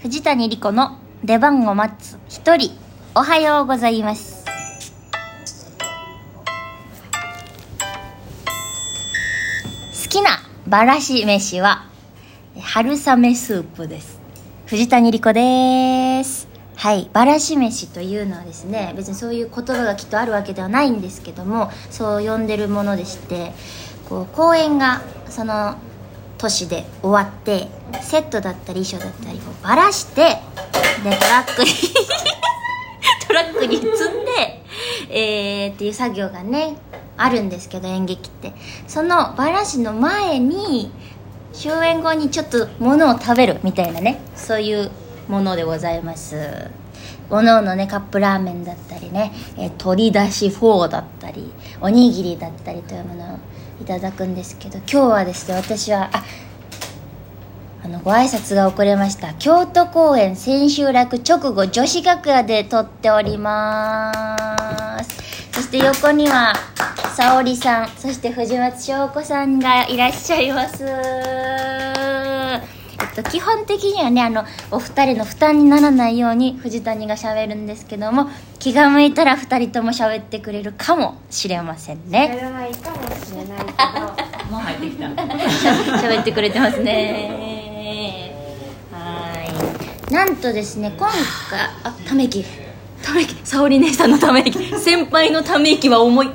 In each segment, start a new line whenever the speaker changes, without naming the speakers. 藤谷莉子の出番を待つ一人おはようございます好きなばらし飯は春雨スープです藤谷莉子ですはいばらし飯というのはですね別にそういう言葉がきっとあるわけではないんですけどもそう呼んでるものでしてこう公演がその都市で終わってセットだったり衣装だったりこうばらしてでトラックに トラックに積んで、えーっていう作業がねあるんですけど演劇ってそのばらしの前に終演後にちょっと物を食べるみたいなねそういうものでございますおのおのねカップラーメンだったりね、えー鶏だしフォーだったりおにぎりだったりというものをいただくんですけど今日はですね私はああのご挨拶が遅れました京都公演千秋楽直後女子楽屋で撮っておりますそして横には沙織さんそして藤松翔子さんがいらっしゃいますえっと、基本的にはねあのお二人の負担にならないように藤谷が喋るんですけども気が向いたら二人とも喋ってくれるかもしれませんね
やらないかもしれないけ
もう入ってきた。
喋ってくれてますねはいなんとですね今回あため息ため息沙織姉さんのため息先輩のため息は重い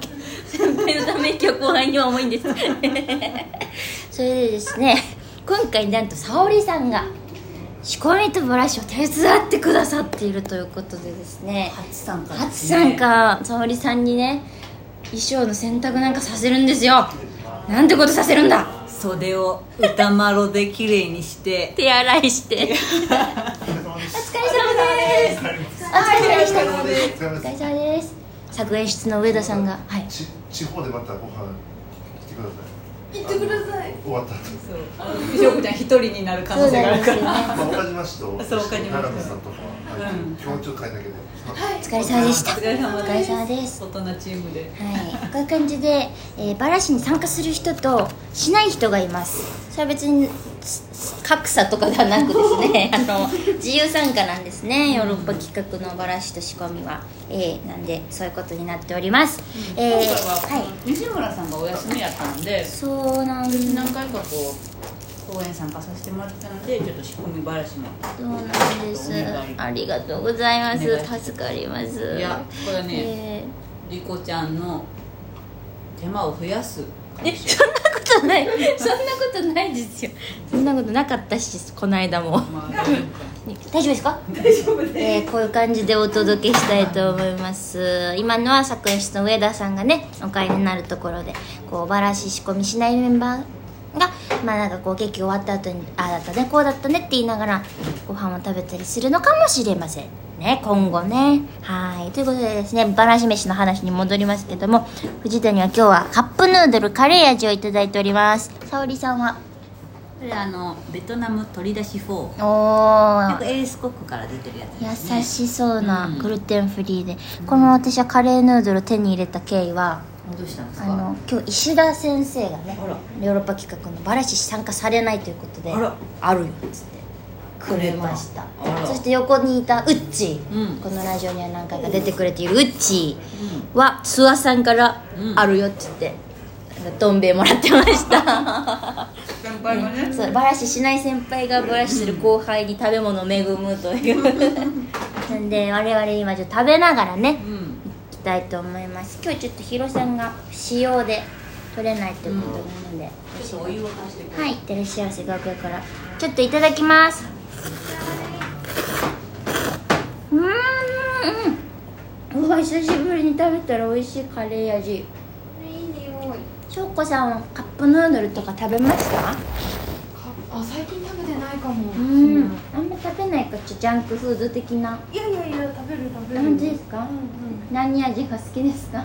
先輩のため息は後輩には重いんです それでですね今回なんと沙織さんが仕込みとブラシを手伝ってくださっているということでですね
初参加で
初
すね。
参加沙織さんにね衣装の選択なんかさせるんですよなんてことさせるんだ
袖を歌まろで綺麗にして。
手洗いしてお疲れ様ですお疲れ様でした
お疲れ様です
お疲れ様です作演出の上田さんがはい
ち地方でまたご飯来てください行ってください終わった 後
そう。あのしょうこちゃん一人になる可能性があるから。
ね
まあ岡島市と
そう岡島市
奈良さんとかは
うん
基本ちょっと変えたけど
お疲れ様でした
お疲れ様
お疲
で
れ
す。
様です
大人チームで。
はい、こういう感じで、えー、バラシに参加する人としない人がいますそれは別にす格差とかではなくです ねあの自由参加なんですねヨーロッパ企画のバラシと仕込みは、えーなんでそういうことになっております、えーはい
今回は西村さんがお休みやったんで、
そうなんです
何回かこう公演参加させてもらってたので、ちょっと仕込み話も。
そうなんですありがとうございま
お
す
願いします
助かります
いや、これね、
え
リコちゃんの手間を増やす。
ーえそんなことないそんなことないですよそんなことなかったしこの間も
まあ
大丈夫ですか
大丈夫です。
えーこういう感じでお届けしたいと思います今のは作演室の上田さんがねお帰りになるところでこうばらし仕込みしないメンバーがまあなんかこう劇終わった後にああだったねこうだったねって言いながらご飯を食べたりするのかもしれませんね今後ねはいということでですねばらし飯の話に戻りますけども藤谷は今日はカップヌードルカレー味をいただいております沙織さんは
これあのベトナム取り出し4。なん
お
かエースコックから出てるやつです、ね、
優しそうな
うん
グルテンフリーで、この私はカレーヌードルを手に入れた経緯は
どうしたんです
あ
か
の今日石田先生がね
あら
ヨーロッパ企画のバラシ参加されないということで
あら
あるよっつってくれました
くれたあら
そして横にいたウッチー、
うん
このラジオには何回か出てくれているウッチーは諏訪さんから
うん
あるよっつって、なんかどん兵衛もらってました
先輩がね
そうバラシしない先輩がバラシする後輩に食べ物を恵むというなんで我々今ちょっと食べながらね
うん
いきたいと思います今日ちょっとヒロさんが使用で取れないということなので、
ちょっとお湯を足してく
はい、照らし合わせ楽屋からちょっといただきますうーんうわ久しぶりに食べたら美味しいカレー味
どいい匂い
翔子さんはカップヌードルとか食べました
あ最近食べてないかも
うんあんま食べないかちょっとジャンクフード的ない
やいやいや食べる食べる
何ですか、
うんうん
何味が好きですか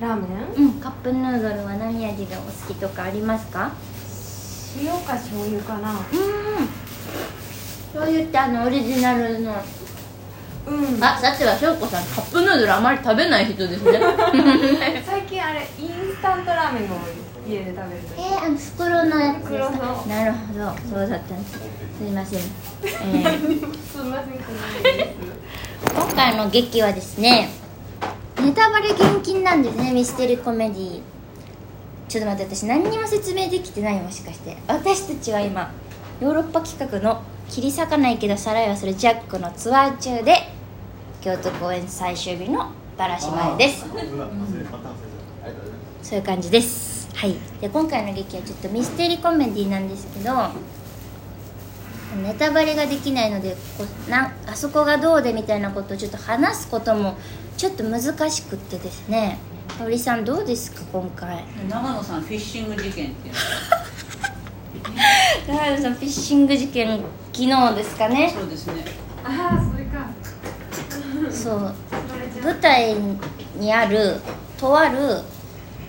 ラーメ
う
ン
んカップヌードルは何味がお好きとかありますか
塩か醤油かな
うん醤油ってあのオリジナルの
うん
あさては翔子さんカップヌードルあまり食べない人ですね
最近あれインスタントラーメンが多いです家で食べる
えー、あの袋のやつです
袋
か
の
なるほどそうだったんですすいま せん、えー
ときすんませんこれです
今回の劇はですねネタバレ厳禁なんですねミステリーコメディちょっと待って私何にも説明できてないもしかして私たちは今ヨーロッパ企画の「切り裂かないけどさらいはするジャック」のツアー中で京都公演最終日のバラし前です
うわ忘れまた忘れたありがとうございます
そういう感じですはいで今回の劇はちょっとミステリーコメディなんですけどネタバレができないのでこなんあそこがどうでみたいなことをちょっと話すこともちょっと難しくってですね香織さんどうですか今回
長野さんフィッシング事件っていう
長山さんフィッシング事件昨日ですか
の
ね
そうですね
ああそれか
そう
バレちゃう
舞台にあるとある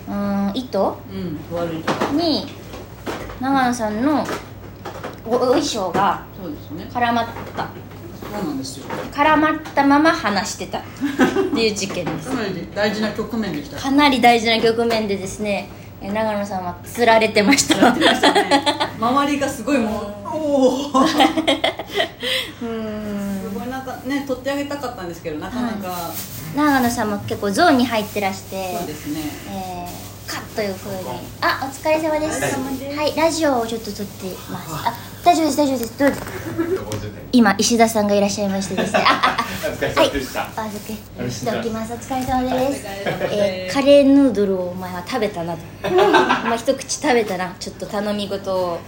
うーん糸
うん悪いとか
に長野さんのおお衣装が
そうですね
絡まった
そうなんですよ
絡まったまま話してたっていう事件で
つ
す
まり大事な局面でした
かなり大事な局面でですねえー長野さんは釣られてました
周りがすごいもう おおす
うん
ごいなんかね取ってあげたかったんですけどなかなか
長野さんも結構ゾーンに入ってらして、
そうですね
えーカッという風にあお疲れ様ですはいラジオをちょっと撮っていますあ大丈夫です大丈夫ですどうぞ
50年
今石田さんがいらっしゃいましてです ねあああ
お疲れ様でした
お預けしておきますお疲れ様
お
です
疲れ様
え
で
ー
す
カレーヌードルをお前は食べたなとお前一口食べたなちょっと頼み事を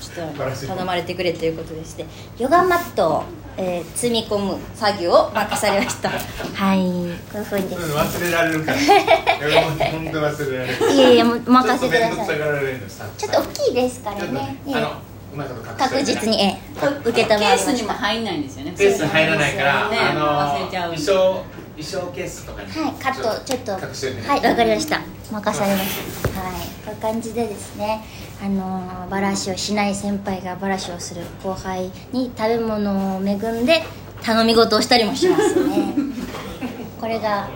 ちょっと頼まれてくれということでしてヨガマットを、えー積み込む作業を任されましたはいこういうふうにで
うん
す
忘れられるからいやもう本当忘れられる
いやいやもうお任
ち
せ
ょっ
く
と面
だ
倒
さ
くさ
い
がられるのさ
ちょっと大きいですから
ちょっと
ね
ね
いえい
あ
え
のうまいこと隠し
確
て
実にえー受けた
ケ
まわ
ー
り
ス
ま
に
し
も
たはい
入んないんですよね
ペース入らないから、
ね
あの
忘れちゃうんで
衣装衣装ケースとかに
カットちょっと
隠してね
はいわかりました任されましたはいこういう感じでですねあのーバラシをしない先輩がバラシをする後輩に食べ物を恵んで頼み事をしたりもしますね はいこれがまあまあ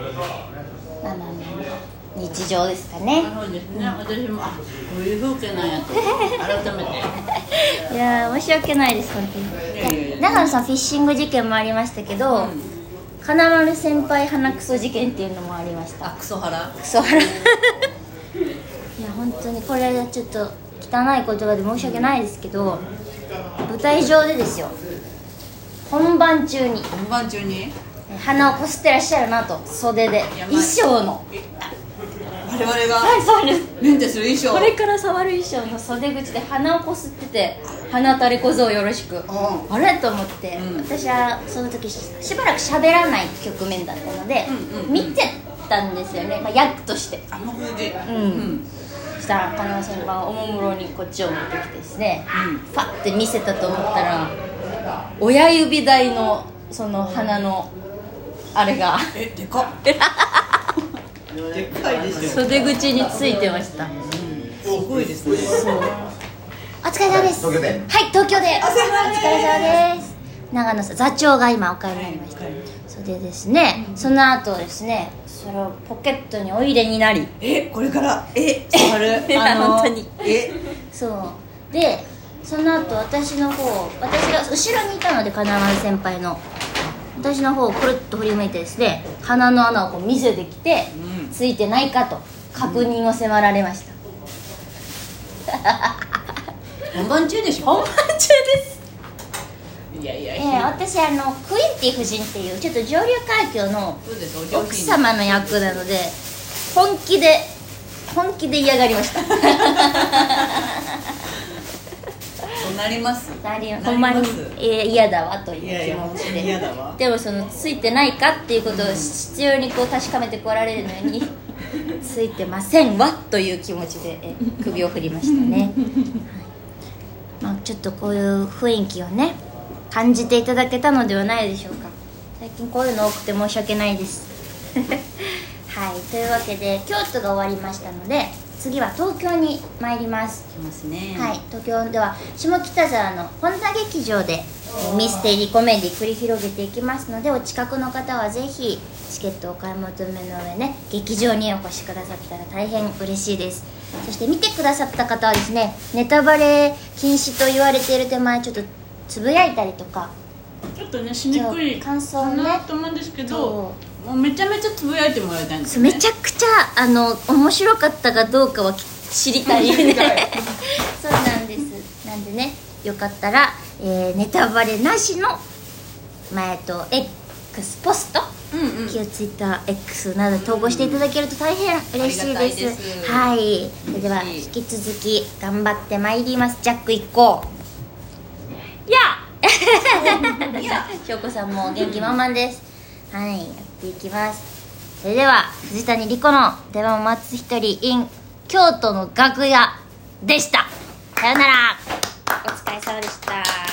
まあ日常ですかね
そうですね、私もあこういう風景なんやと改めて
いやー申し訳ないです本
いやいやい
当
や
に長野さんフィッシング事件もありましたけど、金丸先輩鼻くそ事件っていうのもありました
あクソハラ
クソ腹 いや本当にこれはちょっと汚い言葉で申し訳ないですけど舞台上でですよ本番中に
本番中に
鼻をこすってらっしゃるなと袖で
やばい
衣装の
我々が
はいそうです
メンテする衣 装
これから触る衣装の袖口で鼻をこすってて鼻垂れ小僧よろしく
う
あれと思って、
うん
私はその時ししばらく喋らない局面だったので、
うんうんうん
見てたんですよね、まあ、役として
あの風景
うんそしたら金尾先輩はおもむろにこっちを持ってきてですね、
うん
ファッて見せたと思ったら親指大のその鼻のあれが
えでか っでかいですよ
袖口についてました
すごいですね
お疲れ様です
東京で
はい東京でお疲
疲れ
れ様です長野さん座長が今お帰りになりました、
はい
それでですね、その後ですねそれをポケットにお入れになり
えこれからえ触る
いや本当に
え
そうでその後私の方私が後ろにいたので金丸先輩の私の方をくるっと振り向いてですね鼻の穴をこう見せてきて、
うん
ついてないかと確認を迫られました、
本番中でしょ
本番中です
いやいや
ええ私あのクインティ夫人っていうちょっと上流階級の
そうですお上品
奥様の役なので本気で本気で嫌がりました
そうなります
なり
ます
ほんまにえー嫌だわという
いやい
気
や
持ちで
嫌だわ
でもそのついてないかっていうことを必要にこう確かめてこられるの についてませんわという気持ちでえ首を振りましたね、はいまあ、ちょっとこういう雰囲気をね感じていただけたのではないでしょうか最近こういうの多くて申し訳ないです はいというわけで京都が終わりましたので次は東京に参ります
きますね
はい、東京では下北沢の本田劇場でミステリーコメディ繰り広げていきますのでお近くの方はぜひチケットをお買い求めの上ね劇場にお越しくださったら大変嬉しいですそして見てくださった方はですねネタバレ禁止と言われている手前ちょっとつぶやいたりとか
ちょっとねしにくい
じゃあ感想ね
かなと思うんですけど
そ
もうめちゃめちゃつぶやいてもらいたいんです
そうめちゃくちゃあの面白かったかどうかはき知りたいね そうなんですなんでねよかったら、えーネタバレなしの前と X ポスト
うんうん
旧ツイッター X などに投稿していただけると大変嬉しいです,、
ありがたいです
はいそれでは
嬉しい
引き続き頑張ってまいりますジャック行こういや しょうこさんも元気満々ですはいやっていきますそれでは藤谷莉子の「出番を待つ一人 in 京都の楽屋」でしたさよならお疲れ様でした